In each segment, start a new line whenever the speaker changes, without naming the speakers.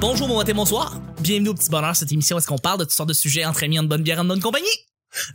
Bonjour, bon matin, bonsoir. Bienvenue au Petit Bonheur, cette émission où est-ce qu'on parle de toutes sortes de sujets entre amis, en bonne bière, en bonne compagnie.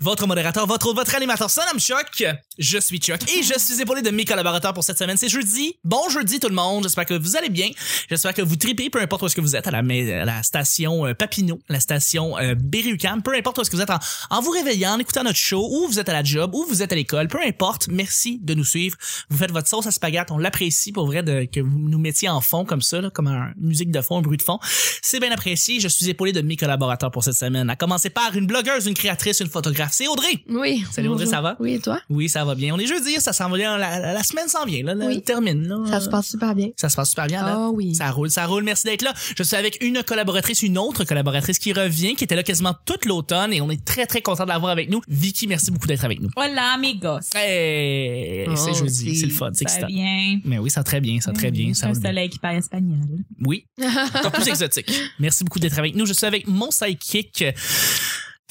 Votre modérateur, votre hôte, votre animateur, son nom Chuck. Je suis Chuck et je suis épaulé de mes collaborateurs pour cette semaine. C'est jeudi. Bon jeudi tout le monde. J'espère que vous allez bien. J'espère que vous tripez, peu importe où est-ce que vous êtes, à la, mais- à la station euh, Papineau, la station euh, Berry-UQAM, peu importe où est-ce que vous êtes, en, en vous réveillant, en écoutant notre show, ou vous êtes à la job, ou vous êtes à l'école, peu importe. Merci de nous suivre. Vous faites votre sauce à spaghette. On l'apprécie pour vrai de, que vous nous mettiez en fond comme ça, là, comme un une musique de fond, un bruit de fond. C'est bien apprécié. Je suis épaulé de mes collaborateurs pour cette semaine. À commencer par une blogueuse, une créatrice, une photographe. C'est Audrey.
Oui.
Salut, Audrey,
Bonjour.
ça va?
Oui, et toi?
Oui, ça va bien. On est jeudi, ça s'en va bien. La, la- la semaine s'en vient, là. là,
Oui.
elle termine, là.
Ça se passe super bien.
Ça se passe super bien, là.
Ah oui.
Ça roule, ça roule. Merci d'être là. Je suis avec une collaboratrice, une autre collaboratrice qui revient, qui était là quasiment toute l'automne et on est très, très content de l'avoir avec nous. Vicky, merci beaucoup d'être avec nous.
Hola, amigos.
Hey,
Oh,
c'est jeudi,
c'est-
c'est le fun, c'est
ça
excitant.
va bien.
Mais oui, ça va très bien, ça va très bien. Ça
Mmh, un
roule bien.
soleil qui parle espagnol.
Oui. Encore plus exotique. Merci beaucoup d'être avec nous. Je suis avec mon sidekick. euh,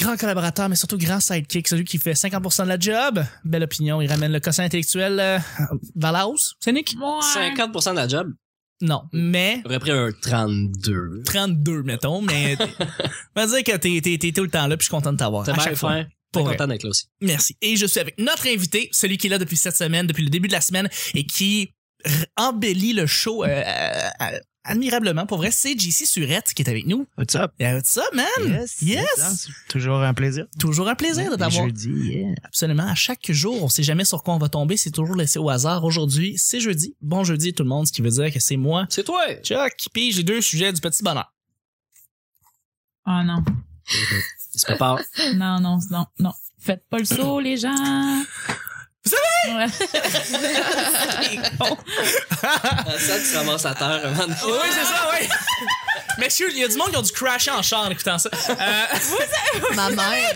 Grand collaborateur, mais surtout grand sidekick, celui qui fait 50% de la job. Belle opinion, il ramène le quotient intellectuel euh, vers la hausse. C'est Nick?
Moi.
50% de la job,
Non, mais
j'aurais pris un 32.
32, mettons. Mais on va dire que t'es, t'es, t'es tout le temps là, puis je suis content de t'avoir.
T'as
À
bien
chaque
fait.
fois.
T'es
Pour vrai.
content d'être là aussi.
Merci. Et je suis avec notre invité, celui qui est là depuis cette semaine, depuis le début de la semaine, et qui r- embellit le show euh, euh, euh, admirablement. Pour vrai, c'est JC Surette qui est avec nous.
What's up?
Et ça, man? Yes.
Toujours un plaisir.
Toujours un plaisir de t'avoir.
Jeudi, yeah.
Absolument. À chaque jour, on sait jamais sur quoi on va tomber. C'est toujours laissé au hasard. Aujourd'hui, c'est jeudi. Bon jeudi, tout le monde, ce qui veut dire que c'est moi,
C'est toi!
Chuck. Puis j'ai deux sujets du petit bonheur.
Oh non.
Il se prépare.
Non, non, non, non. Faites pas le saut, les gens.
Vous
savez?
Dans le sac, Ah, tu ramasses à terre avant de-
Ah Oui, c'est ça, oui. Messieurs, il y a du monde qui ont dû crasher en char en écoutant ça. Euh,
Ma mère.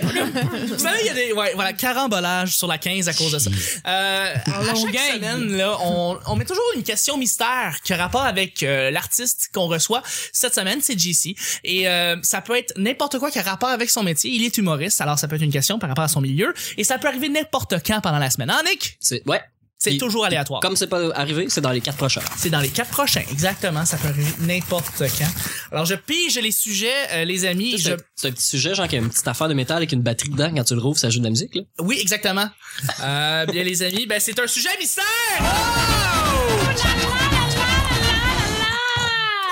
vous savez, il y a des ouais, voilà, carambolage sur la 15 à cause de ça. Euh, à chaque
longueuil.
semaine, là, on, on met toujours une question mystère qui a rapport avec euh, l'artiste qu'on reçoit. Cette semaine, c'est JC. Et euh, ça peut être n'importe quoi qui a rapport avec son métier. Il est humoriste, alors ça peut être une question par rapport à son milieu. Et ça peut arriver n'importe quand pendant la semaine. Hein, Nick?
C'est- Ouais.
C'est
Puis,
toujours aléatoire.
Comme c'est pas arrivé, c'est dans les quatre prochains.
C'est dans les quatre prochains, exactement. Ça peut arriver n'importe quand. Alors, je pige les sujets, euh, les amis.
Tu
et
sais, C'est
je...
un- c'est un petit sujet, genre, qu'il y a une petite affaire de métal avec une batterie dedans. Quand tu le rouvres, ça joue de la musique, là.
Oui, exactement. Euh, bien, les amis, ben, c'est un sujet mystère!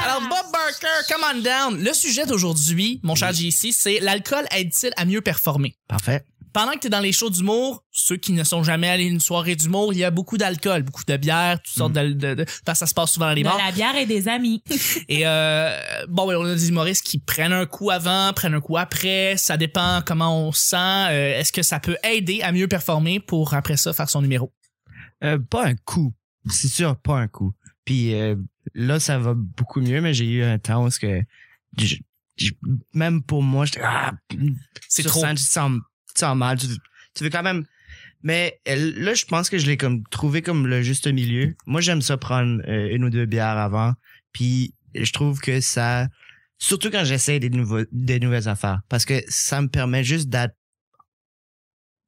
Alors, Bob Barker, come on down. Le sujet d'aujourd'hui, mon cher JC, c'est l'alcool aide-t-il à mieux performer?
Parfait.
Pendant que t'es dans les shows d'humour, ceux qui ne sont jamais allés à une soirée d'humour, il y a beaucoup d'alcool, beaucoup de bière, toutes sortes de, de- de- parce que ça se passe souvent dans les
De
bars.
la bière et des amis.
Et euh, bon, ben, on a des humoristes qui prennent un coup avant, prennent un coup après. Ça dépend comment on se sent. Euh, Est-ce que ça peut aider à mieux performer pour après ça faire son numéro?
Euh, pas un coup. C'est sûr, pas un coup. Puis euh, là, ça va beaucoup mieux, mais j'ai eu un temps où est-ce que je- je- même pour moi, j'étais ah,
C'est
sur
trop.
scène, tu te sens, tu te sens mal. Tu, tu veux quand même. Mais euh, là, je pense que je l'ai comme trouvé comme le juste milieu. Moi, j'aime ça prendre euh, une ou deux bières avant. Puis je trouve que ça. Surtout quand j'essaie des, nouveaux, des nouvelles affaires. Parce que ça me permet juste d'être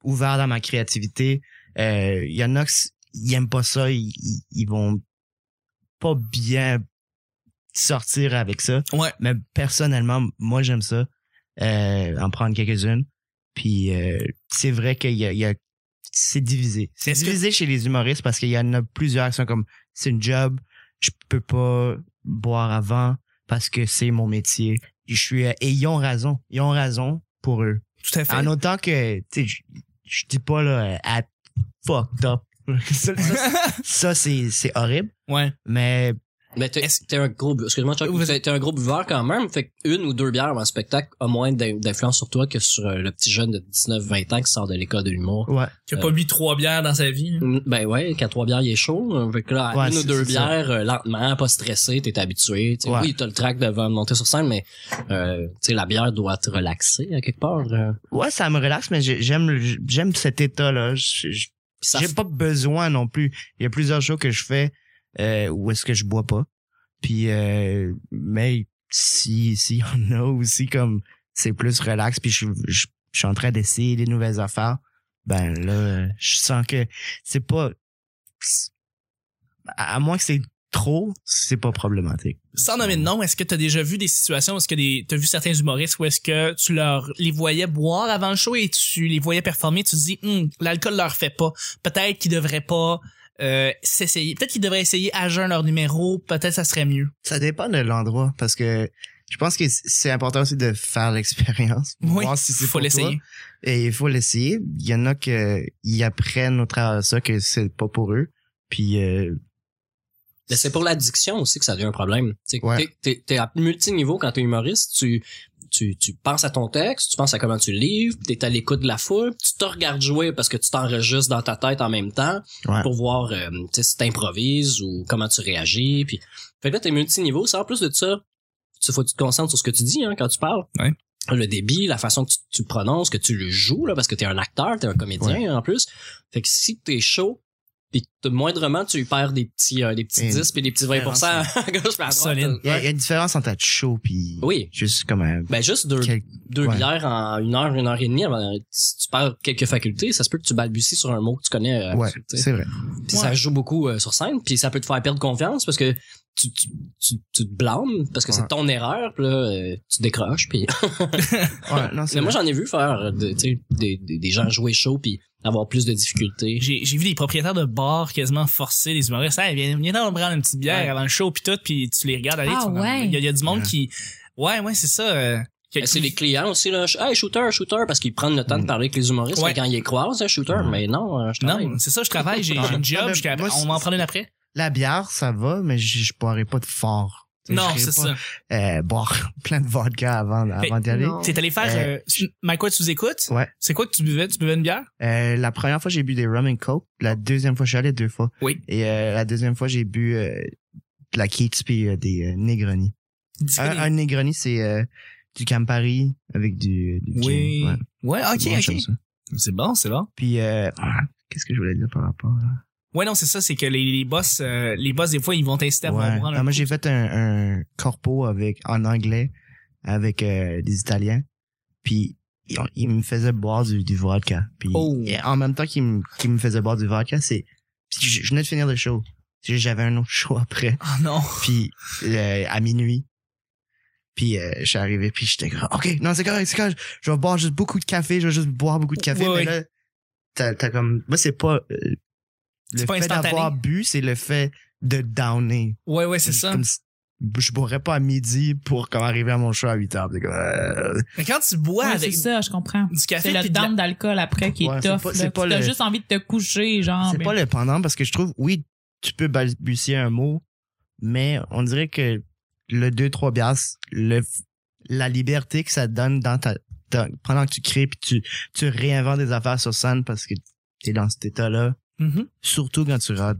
ouvert dans ma créativité. Euh, Il y en a qui ils aiment pas ça. Ils, ils- ils vont pas bien sortir avec ça.
Ouais.
Mais personnellement, moi, j'aime ça. Euh, en prendre quelques-unes. Puis euh, c'est vrai qu'il y a, il y a- c'est divisé. C'est
Est-ce que-
divisé chez les humoristes parce qu'il y en a plusieurs qui sont comme c'est une job, je peux pas boire avant parce que c'est mon métier. Je suis euh, et ils ont raison, ils ont raison pour eux.
Tout à fait.
En autant que tu sais, je- je dis pas là euh, à fucked up. ça, ça- ça, c'est c'est horrible,
ouais.
mais
Mais t'es
Est-ce-
t'es un gros, bu- excuse-moi, Chuck,
Vous-
t'es t'es un gros buveur quand même. Fait qu'une ou deux bières en spectacle a moins d'in- d'influence sur toi que sur euh, le petit jeune de 19-20 ans qui sort de l'école de l'humour.
ouais.
Qui a
Euh.
pas bu trois bières dans sa vie. hein.
Mm, Ben ouais, quand trois bières, il est chaud. Euh, Fait que là, à
Ouais,
une ou
c'est-
deux
c'est ça.
bières, euh, lentement, pas stressé, t'es habitué. tu sais.
Ouais.
Oui, t'as le trac devant de monter sur scène, mais euh, tu sais, la bière doit te relaxer à quelque part. euh.
Ouais, ça me relaxe, mais j'ai- j'aime le- j'aime cet état-là. Je- je-
Puis ça
J'ai pas besoin non plus. Il y a plusieurs shows que je fais euh, où est-ce que je bois pas. Puis, euh, mais si s'il y en a aussi comme c'est plus relax, puis je, je, je suis en train d'essayer des nouvelles affaires, ben là, euh, je sens que c'est pas... À à moins que c'est trop, c'est pas problématique.
Sans nommer de nom, est-ce que t'as déjà vu des situations, où est-ce que des, t'as vu certains humoristes où est-ce que tu leur, les voyais boire avant le show et tu les voyais performer, tu te dis, Hum, l'alcool leur fait pas. Peut-être qu'ils devraient pas, euh, s'essayer. Peut-être qu'ils devraient essayer à jeun leur numéro. Peut-être ça serait mieux.
Ça dépend de l'endroit, parce que je pense que c'est important aussi de faire l'expérience.
Oui.
voir si c'est
faut
pour toi.
l'essayer.
Et il faut l'essayer. Il y en a que ils apprennent au travers de ça que c'est pas pour eux. Puis euh,
Mais c'est pour l'addiction aussi que ça devient un problème. Tu sais,
Ouais.
t'es- T'es t'es à multiniveau quand t'es humoriste, tu, tu, tu penses à ton texte, tu penses à comment tu le livres, t'es à l'écoute de la foule, tu te regardes jouer parce que tu t'enregistres dans ta tête en même temps
Ouais.
pour voir euh, tu sais, si t'improvises ou comment tu réagis. Puis... Fait que là, t'es multiniveau, ça en plus de ça, tu faut que tu te concentres sur ce que tu dis hein, quand tu parles.
Ouais.
Le débit, la façon que tu, tu le prononces, que tu le joues, là, parce que t'es un acteur, t'es un comédien en plus. Fait que si t'es chaud, pis que moindrement tu perds des petits, euh, des petits
Et
10 puis des petits 20 à gauche puis à droite.
Solide.
il y, a il y a une différence entre être chaud puis
Oui.
juste comme un
Ben juste deux,
quel-
deux
ouais.
bières en une heure, une heure et demie, avant- si tu perds quelques facultés, ça se peut que tu balbuties sur un mot que tu connais. euh,
ouais,
tu sais.
c'est vrai.
Puis ça joue beaucoup euh, sur scène, puis ça peut te faire perdre confiance parce que tu, tu, tu, tu te blâmes parce que c'est
Ouais.
ton erreur, puis là, euh, tu décroches. Puis...
Ouais, non, c'est
Mais moi,
vrai.
j'en ai vu faire euh, de- tu sais, des, des, des gens jouer chaud puis avoir plus de difficultés. Euh,
J'ai, j'ai vu des propriétaires de bars quasiment forcer les humoristes. Hey, viens, viens donc prendre une petite bière
Ouais.
avant le show puis tout, puis tu les regardes aller.
Ah,
tu-
ouais.
Il y, a- il y a du monde qui, ouais, ouais, c'est ça. euh, qui-
Ben, C'est les clients aussi, là. Hey, shooter, shooter, parce qu'ils prennent le temps de parler avec les humoristes
Ouais.
fait quand ils les croisent, hein, shooter.
Mm.
Mais non, euh, je travaille.
Non, c'est ça, je travaille, j'ai, j'ai une job, je-
Moi,
on va en prendre une après.
La bière, ça va, mais je, je boirais pas de fort. Tu sais,
Non,
j'irais
c'est ça.
pas, Euh, boire plein de vodka avant, avant d'y aller.
non.
T'es allé faire,
Euh,
euh, Mike, quoi, tu nous écoutes?
Ouais.
C'est quoi que tu buvais? Tu buvais une bière?
Euh, la première fois, j'ai bu des rum and coke. La deuxième fois, je suis allé deux fois.
Oui.
Et euh, la deuxième fois, j'ai bu euh, de la Keats puis euh, des euh, Negroni.
Dis-le.
Un, un Negroni, c'est euh, du Campari avec du, du gin.
oui.
Ouais.
Ouais, ok,
Moi, j'aime
ok.
ça.
C'est bon, c'est bon.
Puis, euh, ah, qu'est-ce que je voulais dire par rapport à...
Ouais, non, c'est ça, c'est que les, les boss, euh, les boss, des fois, ils vont t'inciter à
Ouais.
pouvoir prendre
Ah,
un
moi,
coup.
j'ai fait un, un corpo avec, en anglais avec euh, des Italiens. Puis, ils, ont- ils me faisaient boire du, du vodka. Puis,
Oh.
et en même temps qu'ils me, qu'ils me faisaient boire du vodka, c'est... puis je, je venais de finir le show. J'avais un autre show après.
Ah, non.
Puis euh, à minuit. Puis euh, je suis arrivé, puis j'étais comme, OK, non, c'est correct, c'est correct. Je vais boire juste beaucoup de café, je vais juste boire beaucoup de café.
Ouais,
mais
ouais.
là, t'as, t'as comme. Moi, c'est pas. euh,
C'est
le
pas
fait
instantané.
d'avoir bu, c'est le fait de downer.
Ouais, ouais, c'est ça.
Comme si- je boirais pas à midi pour comme arriver à mon show à 8 heures. C'est comme, euh,
Mais quand tu bois
Ouais,
avec
c'est ça, je comprends.
du
C'est
café
le
puis de la-
dent d'alcool après qui est
Ouais, c'est
tough.
pas-
là.
c'est
Tu
pas
as
le-
juste envie de te coucher, genre.
c'est
mais-
pas le pendant parce que je trouve, oui, tu peux balbutier un mot, mais on dirait que le 2-3 bières, le, la liberté que ça te donne dans ta, ta- pendant que tu crées puis tu, tu réinventes des affaires sur scène parce que t'es dans cet état-là,
Mhm.
surtout quand tu rates.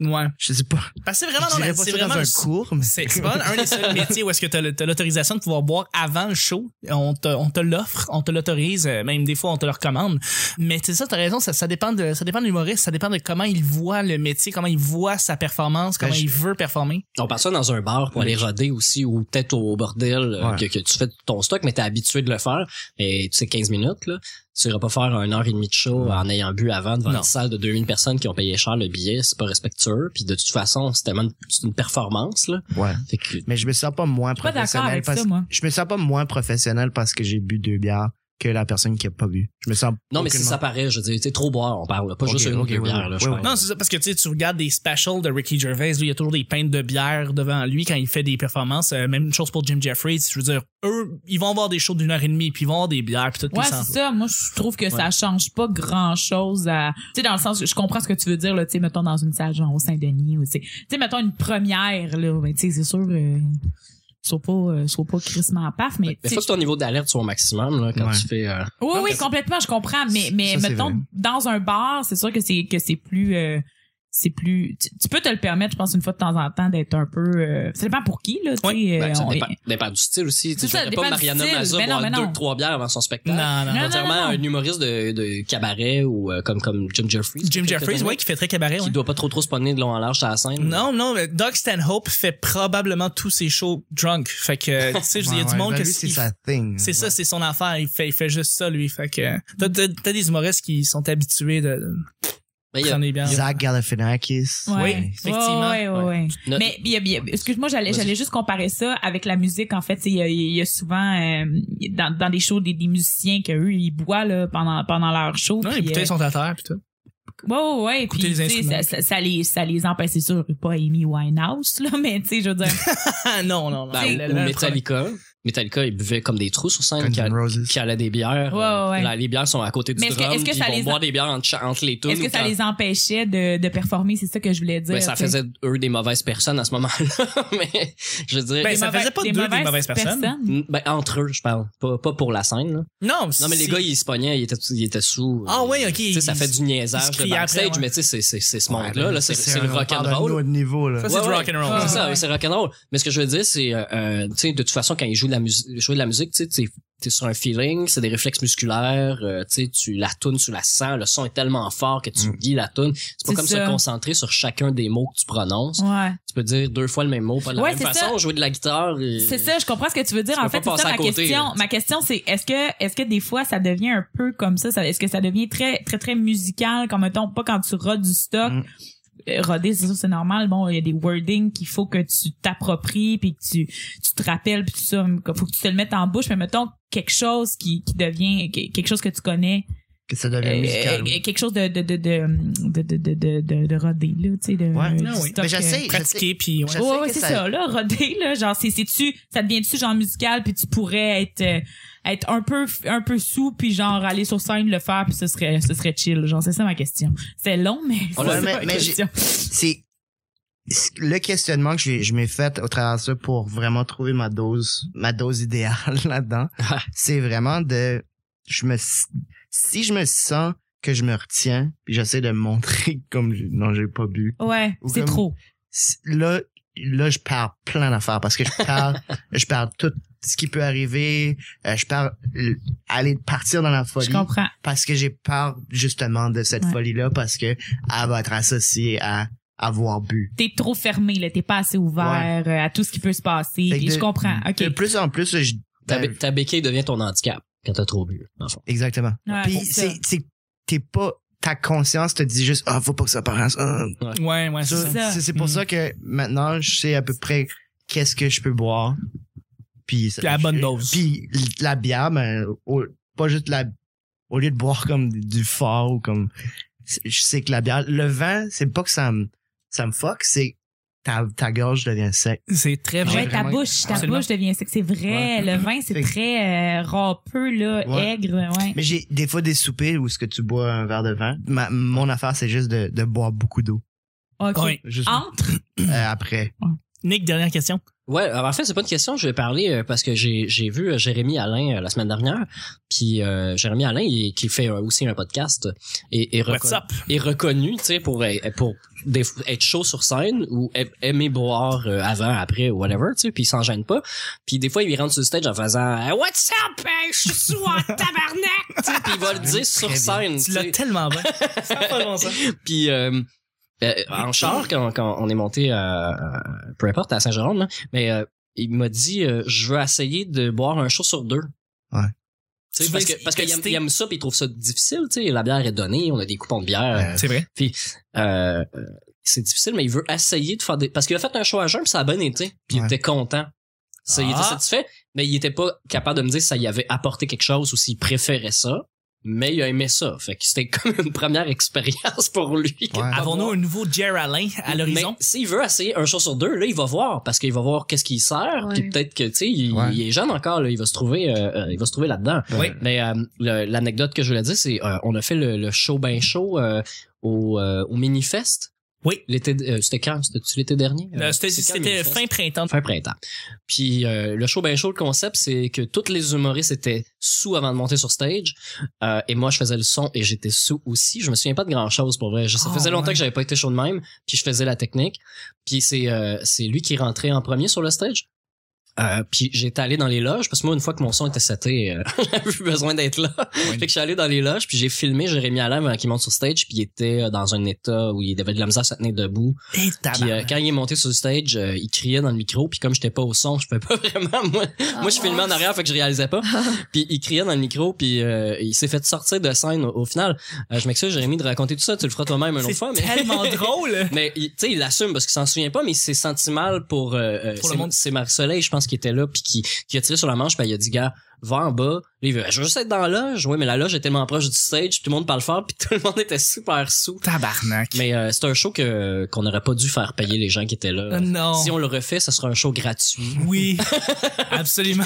Ouais.
Je sais pas.
Parce que c'est
Je
vraiment dans
dirais
la-
pas
c'est
ça
vraiment
dans un
le-
cours, mais
C'est c'est pas un des seuls métiers où est-ce que t'as le- t'as l'autorisation de pouvoir boire avant le show. On te, on te l'offre, on te l'autorise, euh, même des fois on te le recommande. Mais c'est ça, t'as raison, ça, ça dépend de, ça dépend de l'humoriste, ça dépend de comment il voit le métier, comment il voit sa performance, comment
Ben, je-
il veut performer.
On part ça dans un bar pour aller roder aussi ou peut-être au bordel euh,
Ouais.
que, que tu fais ton stock, mais t'es habitué de le faire. Et tu sais, 15 minutes, là, tu iras pas faire un heure et demie de
Mm.
show en ayant bu avant devant
Non.
une salle de 2000 personnes qui ont payé cher le billet. C'est pas respectueux. Puis de toute façon, c'est tellement une, c'est une performance. Là.
Ouais.
Fait que,
Mais je me sens pas moins
Je suis pas d'accord
professionnel
avec
parce
ça, moi.
je me sens pas moins professionnel parce que j'ai bu deux bières que la personne qui a pas bu. Je me sens
non, mais si
aucunement-
ça paraît, je veux dire, tu sais, trop boire, on parle. là, Pas
Ok,
juste une ou
ok,
deux
oui,
bières.
oui.
là, je
Oui,
parle.
oui.
Non, c'est ça, parce que tu sais, tu regardes des specials de Ricky Gervais, lui, il y a toujours des peintes de bière devant lui quand il fait des performances. Euh, même chose pour Jim Jeffries. Je veux dire, eux, ils vont avoir des shows d'une heure et demie, puis ils vont avoir des bières, puis tout, puis
Ouais,
ils s'en
c'est ça. Moi, je trouve que ça change pas grand chose à, tu sais, dans le sens, que je comprends ce que tu veux dire, là, tu sais, mettons dans une salle, genre au Saint-Denis, ou tu sais, tu sais, mettons une première, là, ben, tu sais, c'est sûr, euh, soit pas, euh, soit pas crissement paf, mais,
Mais
tu sais,
faut que ton niveau d'alerte soit au maximum là, quand
Ouais.
tu fais. euh,
oui,
Non,
oui,
mais-
complètement, je comprends, mais, mais
Ça, c'est
mettons,
vrai.
dans un bar, c'est sûr que c'est, que c'est plus, euh, c'est plus tu, tu peux te le permettre je pense une fois de temps en temps d'être un peu euh, ça dépend pour qui là tu
Ouais,
sais,
Ben,
euh,
ça
on-
dépend, dépend du style aussi.
C'est
Tu
ça,
sais,
dépend
pas
du
Mariana
style.
Mazza
Ben non,
boire
ben non.
deux, trois bières avant son spectacle.
Non, non.
non,
Contrairement
non, non.
à un humoriste de, de cabaret ou euh, comme, comme Jim Jeffries.
Jim Jeffries, ouais, qui fait très cabaret.
Qui
ouais.
doit pas trop trop se promener de long en large sur la
Mm.
scène.
Non, non, mais Doug Stanhope fait probablement tous ses shows drunk. Fait que, tu sais, je veux dire, il y a du
Ouais,
monde
ben
que
lui, c'est
il-
sa thing.
C'est ça, c'est son affaire. Il fait, il fait juste ça, lui. Fait que t'as, t'as- t'as des humoristes qui sont habitués de
Ben, il y a-
prendre les bières.
Zach Galifianakis.
Ouais.
Oui, effectivement.
Ouais, ouais, ouais.
Notre-
Mais il y a- il y a- excuse-moi, j'allais,
Vas-y.
j'allais juste comparer ça avec la musique. En fait, il y a, il y a souvent euh, dans, dans des shows des, des musiciens que eux ils boivent là, pendant pendant leur show.
Non, les
puis,
bouteilles
euh,
sont à terre, pis tout.
Ouais, ouais, ouais. Puis,
Écoutez les
tu sais,
instruments.
ça, ça, ça les ça les empêche, c'est sûr, pas Amy Winehouse là, mais tu sais, je veux dire,
Ah, non, non, non.
Ben,
Le-
ou
le-
Metallica. Metallica, ils buvaient comme des trous sur scène.
Guns
qui a-
N' Roses.
qui allaient des bières.
Ouais,
euh,
ouais.
là, les bières sont à côté du
Mais est-ce que-
drum.
est-ce que
puis
ça
ils vont
les-
boire des bières entre, cha- entre les tunes.
est-ce que
ou
ça
quand-
les empêchait de, de performer C'est ça que je voulais dire.
Ben, ça
tu sais.
faisait eux des mauvaises personnes à ce moment-là. Mais je veux dire,
Ben,
Des
ça
mauvais-
faisait pas
des
d'eux des mauvaises personnes.
ben, entre eux, je parle. Pas, pas pour la scène. là.
Non,
Non, mais les
c'est-
gars, ils se pognaient, ils étaient, ils étaient sous.
Ah ouais, ok.
Tu sais, ça fait du
ils se
niaisage de
criaient après,
backstage,
ouais.
mais tu sais, c'est- c'est c'est ce monde-là. là, c'est c'est le
un- on parle d'un
rock'n'roll.
autre niveau, là.
hein. Ça, c'est
Ouais,
du
ouais.
rock'n'roll. hein.
Ah,
C'est ça,
ouais.
c'est rock'n'roll. Mais ce que je veux dire, c'est, euh, euh, tu sais, de toute façon, quand ils jouent de la musique, jouer de la musique, tu sais, t'es- t'es sur un feeling, c'est des réflexes musculaires, euh, tu sais, tu la tune, tu la sens, le son est tellement fort que tu
Mm.
lis la tune. C'est pas
C'est
comme
ça.
se concentrer sur chacun des mots que tu prononces.
Ouais.
Tu peux dire deux fois le même mot, pas de la
Ouais,
même
c'est
façon, jouer de la guitare. et-
C'est ça, je comprends ce que tu veux dire.
Tu
en
peux
fait,
pas
c'est
passer
ça ma
à côté,
question.
là.
Ma question, c'est est-ce que est-ce que des fois ça devient un peu comme ça, ça- Est-ce que ça devient très très très musical, comme mettons pas quand tu rodes du stock.
Mm.
Euh, Roder, c'est sûr, c'est normal. Bon, il y a des wordings qu'il faut que tu t'appropries puis que tu tu te rappelles puis tout ça. Il faut que tu te le mettes en bouche. Mais mettons quelque chose qui qui devient que- quelque chose que tu connais,
Que ça devient
eh,
euh,
musical.
euh, quelque chose de de de de de de de, de, de, de rodé là, tu sais, de
Ouais.
du
Ah oui.
stock,
Mais j'essaie-
Pratiquer, puis ouais.
Je
Ouais,
sais
ouais,
que
c'est
ça-
ça... là, rodé, là, genre, c'est, c'est tu, ça devient-tu genre musical, puis tu pourrais être, euh, être un peu, un peu sous, puis genre aller sur scène le faire, puis ce serait, ce serait chill, genre, c'est ça ma question. C'est long, mais
On
c'est
l'a-
ça
mais-
ma
mais j'ai-
question.
c'est c'est le questionnement que j'ai- je m'ai fait au travers de ça pour vraiment trouver ma dose ma dose idéale là-dedans
Ouais.
c'est vraiment de je me s- si je me sens que je me retiens puis j'essaie de montrer comme je- non j'ai pas bu
Ouais,
Ou
c'est
comme-
trop.
s- là là je parle plein d'affaires parce que je parle je parle tout ce qui peut arriver euh, je parle euh, aller partir dans la folie
Je comprends.
parce que j'ai peur justement de cette
Ouais.
folie là parce que elle va être associée à avoir bu
T'es trop fermé, là, t'es pas assez ouvert euh, à tout ce qui peut se passer,
Fait que
puis
de-
je comprends. OK.
De plus en plus, je,
Ta,
ben,
bé- ta béquille devient ton handicap quand t'as trop bu, en fond.
exactement.
Ouais,
Puis
c'est ça.
c'est, c'est, t'es pas, ta conscience te dit juste, ah, faut pas que ça paraisse. ah.
Ouais, ouais, c'est
Ça,
ça.
ça.
c'est, c'est pour
Mm.
ça que maintenant, je sais à peu près qu'est-ce que je peux boire. Puis, ça-
Puis à la bonne
je-
dose.
Puis la bière, ben, au- pas juste la, au lieu de boire comme du fort ou comme, c'est- je sais que la bière, le vin, c'est pas que ça me, ça me fuck, c'est ta, ta gorge devient sec.
C'est très
j'ai
Ouais,
vrai.
ta
vraiment-
bouche, ta
Absolument.
bouche devient sec. C'est vrai, le vin, c'est
Fait que-
très euh, râpeux, là,
Ouais.
aigre, ouais.
Mais j'ai des fois des soupers où est-ce que tu bois un verre de vin. Ma- mon affaire, c'est juste de, de boire beaucoup d'eau.
OK.
Ouais.
Juste
Entre,
euh, après.
Nick, dernière question.
Ouais, alors en fait, c'est pas une question, je vais parler euh, parce que j'ai j'ai vu euh, Jérémy Alain euh, la semaine dernière, puis euh, Jérémy Alain il- qui fait euh, aussi un podcast et, et
What's up?
est reconnu, tu sais, pour euh, pour des- être chaud sur scène ou a- aimer boire euh, avant, après, ou whatever, tu sais, puis il s'en gêne pas. Puis des fois, il rentre sur le stage en faisant Hey, What's up, hey, je suis sous en tabarnak, tu sais, puis il va le dire sur
Très
scène.
bien.
Tu
tu sais.
l'as tellement bien. Ça n'a pas de bon sens.
Puis euh, euh, en char, quand, quand on est monté à, à- peu importe, à Saint-Jérôme, là, mais euh, il m'a dit euh, je veux essayer de boire un show sur deux.
Ouais.
Tu sais,
Tu
parce
veux
que parce qu'il aime,
tester.
il aime ça puis il trouve ça difficile, tu sais, la bière est donnée, on a des coupons de bière.
Euh,
C'est vrai.
Euh, euh, c'est difficile, mais il veut essayer de faire des. Parce qu'il a fait un show à jeun, puis ça a bien été. Puis il
Ouais.
était content. Ça, Il était
Ah.
satisfait, mais il était pas capable de me dire si ça y avait apporté quelque chose ou s'il préférait ça. Mais il a aimé ça. Fait que c'était comme une première expérience pour lui. que
Ouais.
de
Avons-nous un nouveau Jer Alain à l'horizon?
mais s'il veut essayer un show sur deux, là, il va voir parce qu'il va voir qu'est-ce qu'il sert.
Ouais.
Puis peut-être que tu sais, il,
Ouais.
il est jeune encore, là, il va se trouver, euh, euh, il va se trouver là-dedans.
Oui.
Mais euh, le- l'anecdote que je voulais dire, c'est euh, on a fait le, le show ben chaud euh, au, euh, au Minifest
Oui.
L'été, euh, c'était quand? C'était-tu l'été dernier?
Euh,
Euh,
c'était-
c'est quand,
C'était
2016?
fin printemps.
Fin printemps. Puis euh, le show ben show, le concept, c'est que tous les humoristes étaient sous avant de monter sur stage. Euh, et moi, je faisais le son et j'étais sous aussi. Je me souviens pas de grand chose pour vrai. Je- ça
Oh,
faisait longtemps
ouais.
que j'avais pas été chaud de même. Puis je faisais la technique. Puis c'est euh, c'est lui qui rentrait en premier sur le stage. Euh, puis j'étais allé dans les loges parce que moi une fois que mon son était seté euh, j'avais plus besoin d'être là fait que je suis allé dans les loges puis j'ai filmé Jérémy Alain avant qu'il monte sur stage puis il était euh, dans un état où il avait de la misère à se tenir debout
Et
puis euh, quand il est monté sur le stage, euh, il criait dans le micro, puis comme j'étais pas au son, je pouvais pas vraiment. Moi, moi je filmais en arrière, fait que je réalisais pas. puis il criait dans le micro, puis euh, il s'est fait sortir de scène au, au final. Euh, je m'excuse, Jérémy, de raconter tout ça, tu le feras toi-même une autre
C'est
fois. Mais,
tellement drôle.
mais il- tu sais, il l'assume parce qu'il s'en souvient pas, mais il s'est senti mal pour. euh, euh,
Pour le
c'est-
monde.
C'est Marc-Soleil, je pense, qui était là, puis qui, qui a tiré sur la manche, puis il a dit, gars, va en bas. Là, il veut, je veux juste être dans la loge. Oui, mais la loge est tellement proche du stage, tout le monde parle fort, puis tout le monde était super sous.
Tabarnak.
Mais euh, c'est un show que qu'on n'aurait pas dû faire payer les gens qui étaient là.
Euh, non.
Si on le refait, ça sera un show gratuit.
Oui. Absolument.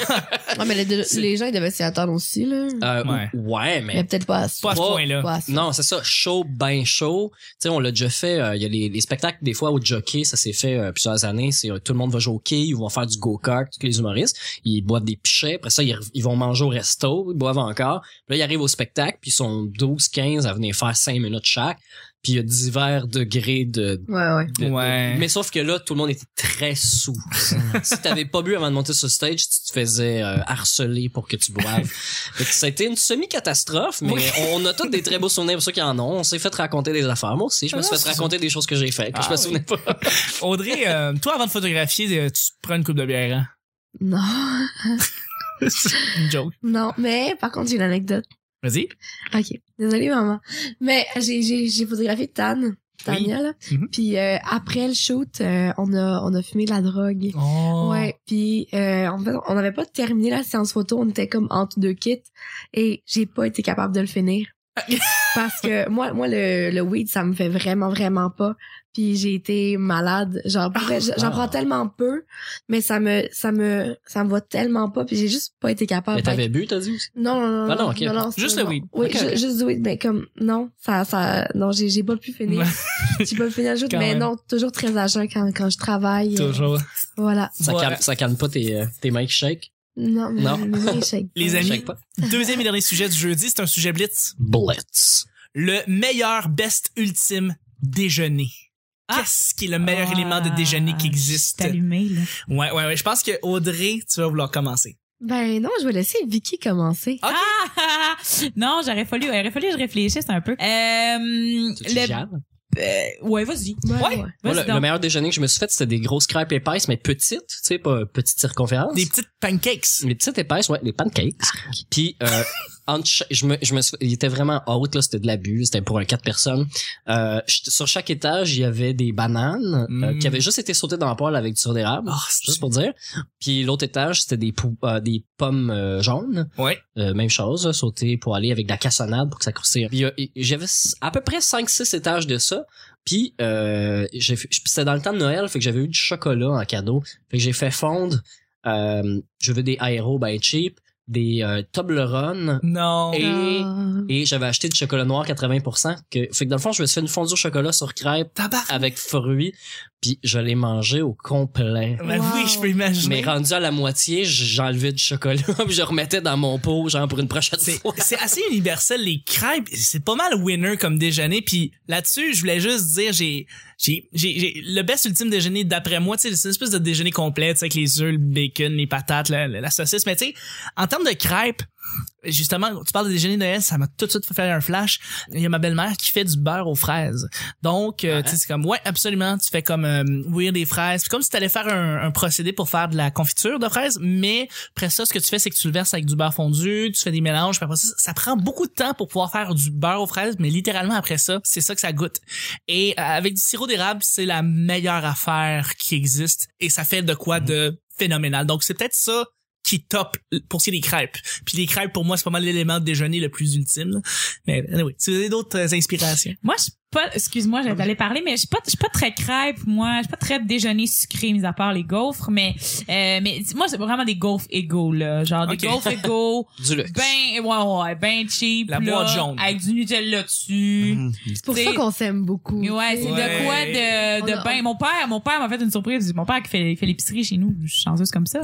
Ouais, mais les,
C'est-
les gens, ils devaient s'y attendre aussi, là.
Euh,
Ouais.
ouais. ouais, mais
mais peut-être pas à ce
Ah, Pas à ce
Pas-
point-là.
pas à ce-
non, c'est ça, show ben show. Tu sais, on l'a déjà fait. euh, Il y a les, les spectacles des fois au jockey, ça s'est fait euh, plusieurs années. C'est euh, tout le monde va jouer au quai, ils vont faire du go-kart, tous les humoristes. Ils boivent des pichets. Après ça, ils, re- ils vont manger au resto, ils boivent encore. Puis là, ils arrivent au spectacle, puis ils sont 12-15 à venir faire 5 minutes chaque. Puis il y a divers degrés de,
Ouais, ouais.
De-
Ouais.
Mais sauf que là, tout le monde était très sous. si t'avais pas bu avant de monter sur stage, tu te faisais euh, harceler pour que tu boives. Fait que ça a été une semi-catastrophe, mais on a tous des très beaux souvenirs pour ceux qui en ont. On s'est fait raconter des affaires. Moi aussi, je me suis fait raconter des choses que j'ai faites, que je
Ah
me
oui.
souvenais pas.
Audrey, euh, toi, avant de photographier, euh, tu prends une coupe de bière, hein?
Non.
Une joke.
Non, mais par contre, j'ai une anecdote.
Vas-y.
Ok. Désolée, maman. Mais j'ai, j'ai, j'ai photographié Tan. Tania, là.
Mhm.
Puis euh, après le shoot, euh, on, a, on a fumé de la drogue.
Oh.
Ouais, puis euh, en fait, on n'avait pas terminé la séance photo, on était comme entre deux kits et j'ai pas été capable de le finir. Parce que moi, moi le, le weed, ça me fait vraiment, vraiment pas. Puis j'ai été malade.
Ah,
Genre, pour vrai, j'en prends tellement peu, mais ça me, ça me, ça me va tellement pas. Puis j'ai juste pas été capable.
Mais t'avais bu, t'as dit aussi?
Non, non, non.
Ah non, ok.
c'est-
Juste le
non.
weed.
Oui,
Ok,
ju-
ok.
juste du weed, mais comme, non, ça, ça, non, j'ai, j'ai pas pu finir. j'ai pas pu finir le shoot,
Quand
mais
même.
non, toujours très agent quand, quand je travaille. euh,
Toujours.
Voilà.
Ça,
Ouais.
calme, ça calme pas tes, euh, tes mains qui shake?
Non, mais
Non.
mais oui, shake.
Les
Shake
amis.
pas?
Deuxième et dernier sujet du jeudi, c'est un sujet blitz.
Blitz.
Le meilleur, best, ultime déjeuner.
Ah.
Qu'est-ce qui est le meilleur élément de déjeuner qui existe?
C'est allumé, là.
Ouais, ouais, ouais. Je pense que Audrey, tu vas vouloir commencer.
Ben non, je vais laisser Vicky commencer.
Ok.
Ah! non, j'aurais fallu, il aurait fallu que je réfléchisse un peu. Euh,
Tu
le-
jales?
euh, ouais, vas-y.
Ben,
Ouais.
Moi,
Vas-y
le, le
donc.
meilleur déjeuner que je me suis fait, c'était des grosses crêpes épaisses, mais petites, tu sais, pas petite circonférence.
Oh,
Des petites pancakes.
Les petites épaisses, ouais, les pancakes. Puis, euh, entre cha- je me, je me, sou- il était vraiment haute, là, c'était de l'abus, c'était pour un quatre personnes. Euh, ch- sur chaque étage, il y avait des bananes euh,
Mm.
qui avaient juste été sautées dans la poêle avec du sirop d'érable,
Oh,
juste pour dire. Puis l'autre étage, c'était des, pou- euh, des pommes euh, jaunes,
Ouais.
Euh, même chose, là, sautées pour aller avec de la cassonade pour que ça croustille. Puis euh, et- j'avais s- à peu près 5-6 étages de ça. Puis euh, j'ai fait- c'était dans le temps de Noël, fait que j'avais eu du chocolat en cadeau. Fait que j'ai fait fondre euh, je veux des aéros by cheap, des euh, Toblerone
Non.
Et-
Ah.
et j'avais acheté du chocolat noir 80%. Que, fait que dans le fond, je me suis fait une fondue au chocolat sur crêpe
Tabarnak.
avec fruits, puis je l'ai mangé au complet.
Ben
Wow.
oui, je peux imaginer.
Mais rendu à la moitié, j'enlevais du chocolat puis je remettais dans mon pot, genre pour une prochaine
C'est
fois.
c'est assez universel les crêpes, c'est pas mal winner comme déjeuner puis là-dessus, je voulais juste dire j'ai j'ai j'ai j'ai- le best ultime déjeuner d'après moi, tu sais, c'est une espèce de déjeuner complet, tu sais avec les œufs, le bacon, les patates, la, la- la saucisse, mais tu sais en termes de crêpes Justement, tu parles de déjeuner de Noël, ça m'a tout de suite fait faire un flash. Il y a ma belle-mère qui fait du beurre aux fraises. Donc, euh, tu sais, c'est comme, ouais, absolument, tu fais comme, euh, oui, des fraises. C'est comme si tu allais faire un, un procédé pour faire de la confiture de fraises, mais après ça, ce que tu fais, c'est que tu le verses avec du beurre fondu, tu fais des mélanges, puis après ça, ça prend beaucoup de temps pour pouvoir faire du beurre aux fraises, mais littéralement après ça, c'est ça que ça goûte. Et euh, avec du sirop d'érable, c'est la meilleure affaire qui existe et ça fait de quoi de phénoménal. Donc c'est peut-être ça qui top pour ce qui est des crêpes. Puis les crêpes, pour moi, c'est pas mal l'élément de déjeuner le plus ultime. là. Mais anyway, si vous avez d'autres euh, inspirations.
Moi, je pas, excuse-moi, j'allais t'aller parler, mais je suis pas, je suis pas très crêpe, moi. Je suis pas très déjeuner sucré, mis à part les gaufres, mais, euh, mais moi, c'est vraiment des gaufres égaux, là. Genre,
Ok.
des gaufres égaux,
Du luxe.
ben, ouais, ouais, ben cheap,
La
là,
boîte jaune. Mm-hmm.
Avec du Nutella dessus.
C'est pour
C'est-
ça qu'on s'aime beaucoup.
Mais ouais, c'est
Ouais.
de quoi de,
On
de
a-
ben. Mon père, mon père m'a fait une surprise. Mon père qui fait, il fait l'épicerie chez nous. Je suis chanceuse comme ça.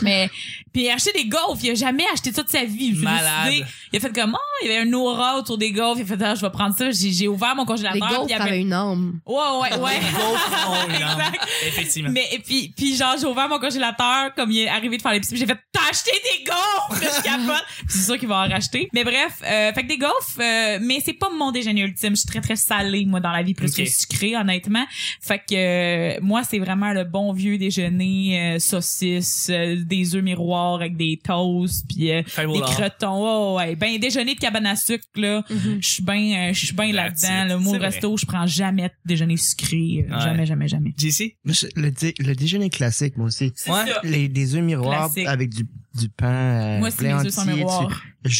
Mais, puis il a acheté des gaufres. Il a jamais acheté ça de sa vie. Je suis
Malade.
décidée. Il a fait comme, oh, il y avait un aura autour des gaufres. Il a fait, ah, je vais prendre ça. J'ai j'ai ouvert mon congélateur.
Les
puis
gaufres
il y avait-
avaient une âme.
Ouais, ouais, ouais.
Les gaufres ont une âme.
Exact.
Effectivement.
Mais et puis puis genre j'ai ouvert mon congélateur comme il est arrivé de faire l'épicerie, puis j'ai fait t'as acheté des gaufres, Là, je capote. Puis c'est sûr qu'il va en racheter. Mais bref, euh, fait que des gaufres, euh, mais c'est pas mon déjeuner ultime. Je suis très très salée moi dans la vie plus
Ok.
que sucrée honnêtement. Fait que euh, moi c'est vraiment le bon vieux déjeuner euh, saucisse, euh, des œufs miroirs avec des toasts puis euh,
Fais
des
voir.
crotons. Ouais, ouais, ouais. ben déjeuner de cabane à sucre là. Je suis bien euh, je suis bien
That's
là-dedans.
it.
Le mot
C'est vrai.
resto, je prends jamais de déjeuner sucré, euh,
Ouais.
jamais jamais jamais.
JC?
Moi, je- Le, dé- le déjeuner classique, moi aussi.
C'est
Ouais.
ça.
Les, des œufs miroirs
Classique.
avec du, du pain. euh,
Moi, c'est
blé
les œufs sans
entier,
miroir.
tu-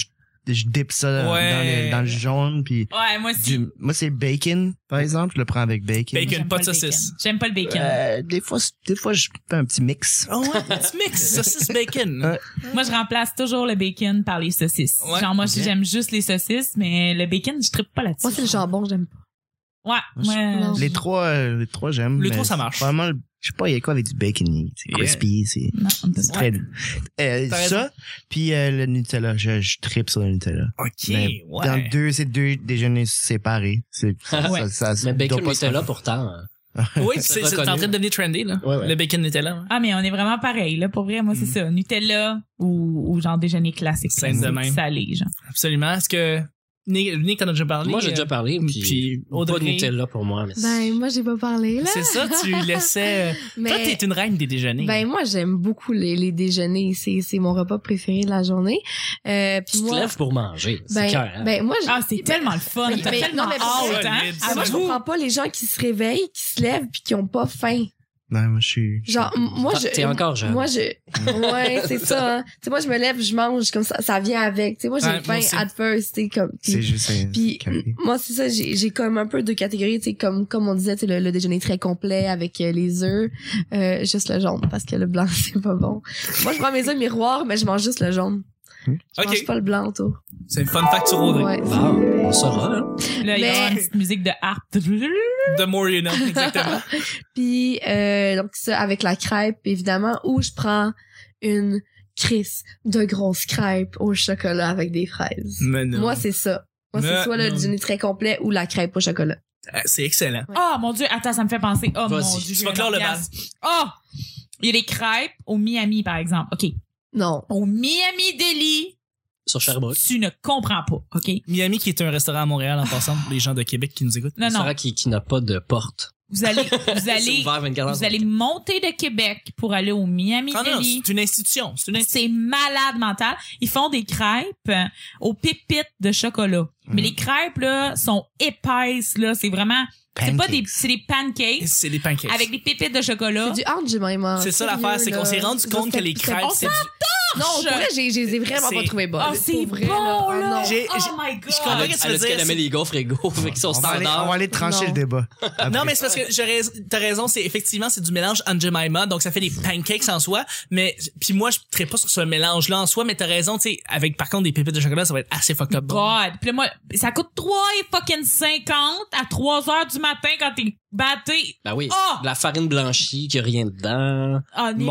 je, je dippe ça dans-
Ouais.
dans, le, dans le jaune. Puis
Ouais, moi aussi.
du, moi, c'est bacon, par exemple. Je le prends avec bacon.
Bacon.
J'aime
pas de
le
saucisse.
bacon. J'aime pas le bacon.
Euh, des, fois, c'est- des fois, je fais un petit mix.
Oh ouais, tu mixes saucisse bacon.
Ouais.
Moi, je remplace toujours le bacon par les saucisses.
Ouais,
Genre, moi,
ok.
j'aime juste les saucisses, mais le bacon, je tripe pas là-dessus.
Moi, c'est le jambon, j'aime pas.
Ouais, moi,
Non.
Les trois, euh, les trois j'aime.
Oh. Le
mais
trois, ça marche.
Vraiment, le- je sais pas, il y a quoi avec du bacon. C'est
Yeah.
crispy, c'est
non, on peut
c'est
pas.
très... Euh,
T'as raison.
ça, puis euh, le Nutella. Je, je tripe sur le Nutella.
Ok,
Mais
ouais.
ben, Dans deux, c'est deux déjeuners séparés. C'est ça,
Ouais.
ça, ça-
Mais
doit
Bacon
pas
était
se-
là pourtant. hein.
Oui, c'est c'est- t'es en train de devenir trendy, là.
Ouais, ouais.
Le bacon hein. était là.
Ah, mais on est vraiment pareil, là. Pour vrai, moi, c'est
Mm.
ça. Nutella ou, ou genre déjeuner classique.
Scène de
classique,
même.
Salé, genre.
Absolument. Est-ce que. Nick, Nick t'en as déjà parlé?
Moi, j'ai
euh,
déjà parlé, puis,
puis Audrey.
pas de Nutella pour moi. Mais
Ben, moi, j'ai pas parlé, là.
C'est ça, tu laissais. euh,
Mais...
Toi, t'es une reine des déjeuners.
Ben moi j'aime beaucoup les, les déjeuners, c'est c'est mon repas préféré de la journée. Euh,
tu
puis
te
moi,
lèves pour manger. C'est
ben,
cœur, hein?
ben moi j'ai-
Ah, c'est tellement le fun.
Mais-
T'as
mais-
tellement
non, mais-
hâte, hein.
Solide,
Ah,
moi je
vous-
comprends pas les gens qui se réveillent, qui se lèvent puis qui ont pas faim.
Non, moi, je suis...
Genre m- moi
T'as-
je
T'es encore jeune.
moi je ouais, c'est ça. hein. Tu sais moi je me lève, je mange comme ça, ça vient avec. Tu sais moi j'ai
Ouais, moi
faim
aussi.
at first, tu sais comme puis-
C'est juste un
Puis
café.
moi c'est ça, j'ai j'ai comme un peu de catégories, tu sais comme comme on disait, tu sais, le, le déjeuner très complet avec euh, les œufs, euh, juste le jaune parce que le blanc c'est pas bon. Moi je prends mes œufs miroirs mais je mange juste le jaune. Je
Ok.
mange pas le blanc tout.
C'est une fun fact sur Audrey.
Ouais.
Ah,
ben,
on saura, hein?
Là, il y a
Mais-
vraiment une petite musique de harpe.
The more you know, exactement.
Puis euh, donc ça avec la crêpe évidemment où je prends une crise de grosse crêpe au chocolat avec des fraises.
Mais non.
Moi c'est ça. Moi
Mais
c'est soit le
non.
déjeuner très complet ou la crêpe au chocolat.
Ah, c'est excellent.
Oh mon dieu, attends, ça me fait penser. Oh mon
Vas-y.
dieu.
Tu
j'ai
vas
un
clore le
orgasme. Oh! Il y a des crêpes au Miami, par exemple. OK.
Non.
Au Miami Deli,
Sur Sherbrooke.
tu ne comprends pas, OK?
Miami, qui est un restaurant à Montréal, en passant, pour les gens de Québec qui nous écoutent.
Non, non.
Sarah qui, qui n'a pas de porte.
Vous allez, vous
C'est
allez,
ouvert 24 heures
vous
sur
allez
24.
monter de Québec pour aller au Miami
Ah non,
Deli.
c'est une institution. C'est une institution.
C'est malade mental. Ils font des crêpes euh, aux pépites de chocolat.
Hmm.
Mais les crêpes, là, sont épaisses, là. C'est vraiment, c'est pas des,
Pancakes.
c'est des pancakes
C'est des pancakes.
avec des pépites de chocolat.
C'est du hein. Aunt Jemima.
C'est ça l'affaire, c'est qu'on s'est rendu compte que les crêpes, c'est du-
Non, pour vrai, j'ai, j'ai, j'ai vraiment
C'est-
pas trouvé bonne.
Oh, c'est
Pour vrai,
bon,
Ah,
là!
non.
J'ai-
oh
j'ai-
my God!
comprends
Elle a-
que tu
elle
veux
a dit
dire,
qu'elle aimait
c'est-
les gaufres égaux avec son
On va, aller, on
standard.
va aller trancher
Non.
le débat.
Non,
après.
mais c'est parce que j'ai rais- t'as raison, c'est effectivement, c'est du mélange Aunt Jemima, donc ça fait des pancakes en soi, mais, puis moi, je ne pas sur ce mélange-là en soi, mais t'as raison, tu sais, avec, par contre, des pépites de chocolat, ça va être assez fucked up. bon.
God. Puis là, moi, ça coûte 3 et fucking 50 à 3 heures du matin quand t'es batté.
Ben oui,
Ah!
de la farine blanchie qui a rien dedans,
Ah, Nick, ta gueule,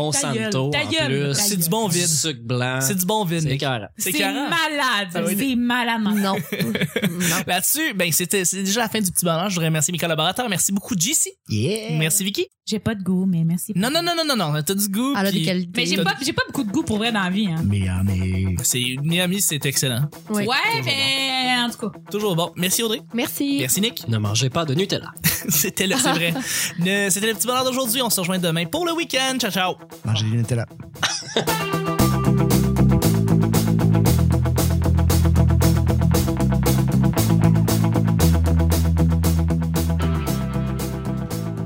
Monsanto
ta gueule,
en plus.
ta
C'est
gueule.
du bon
du
vide.
sucre blanc.
C'est du bon
C'est
vide.
écœurant.
C'est
C'est
carré.
malade.
Ça va être-
C'est malade. mental.
Ah, Non. non.
Là-dessus, ben, c'était, c'est déjà la fin du petit bonheur. Je voudrais remercier mes collaborateurs. Merci beaucoup, JC.
Eh.
Yeah.
Merci, Vicky.
J'ai pas de goût, mais merci.
Non, non, non, non, non, non. T'as du goût.
Elle a des
puis-
qualités.
Mais j'ai
T'as-
pas, j'ai pas beaucoup de goût pour vrai dans la vie, hein.
Miami.
C'est, Miami, c'est excellent.
Ouais.
Ouais, mais en tout cas.
Toujours bon. Merci, Audrey.
Merci.
Merci, Nick.
Ne mangez pas de Nutella.
C'était le, c'est vrai. Le- c'était le petit bonheur d'aujourd'hui. On se rejoint demain pour le week-end. Ciao, ciao.
Mangez du Nutella.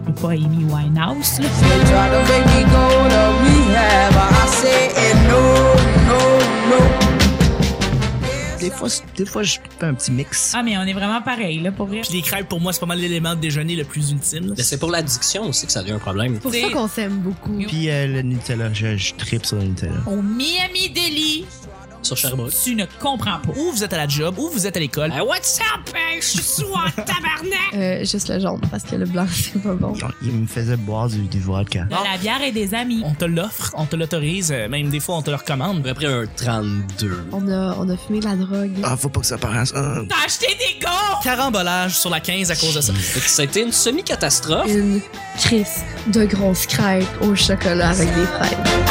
C'est pas Amy Winehouse, là.
They try to make me go to rehab. I say no, no, no.
Des fois, des fois, je fais un petit mix.
Ah, mais on est vraiment pareil, là, pour rire.
Puis les crêpes, pour moi, c'est pas mal l'élément de déjeuner le plus ultime.
Mais c'est pour l'addiction aussi que ça devient un problème.
pour
C'est-
ça qu'on s'aime beaucoup.
Puis euh, le Nutella, je, je tripe sur le Nutella.
Au Miami Deli,
Sur Sherbrooke.
tu ne comprends pas.
Ou vous êtes à la job, ou vous êtes à l'école.
Hey, Ben, what's up? Hey, je suis sous en tabarnak!
Euh, juste le jaune, parce que le blanc, c'est pas bon.
Il me faisait boire du, du vodka.
De la bière et des amis.
On te l'offre, on te l'autorise, euh, même des fois on te le recommande.
Après un 32.
On a, on a fumé de la drogue.
Ah, faut pas que ça paraisse. Ah.
T'as acheté des gaufres!
Carambolage sur la 15 à cause de ça.
Fait que C'était une semi-catastrophe.
Une crise de grosses crêpes au chocolat avec des fraises.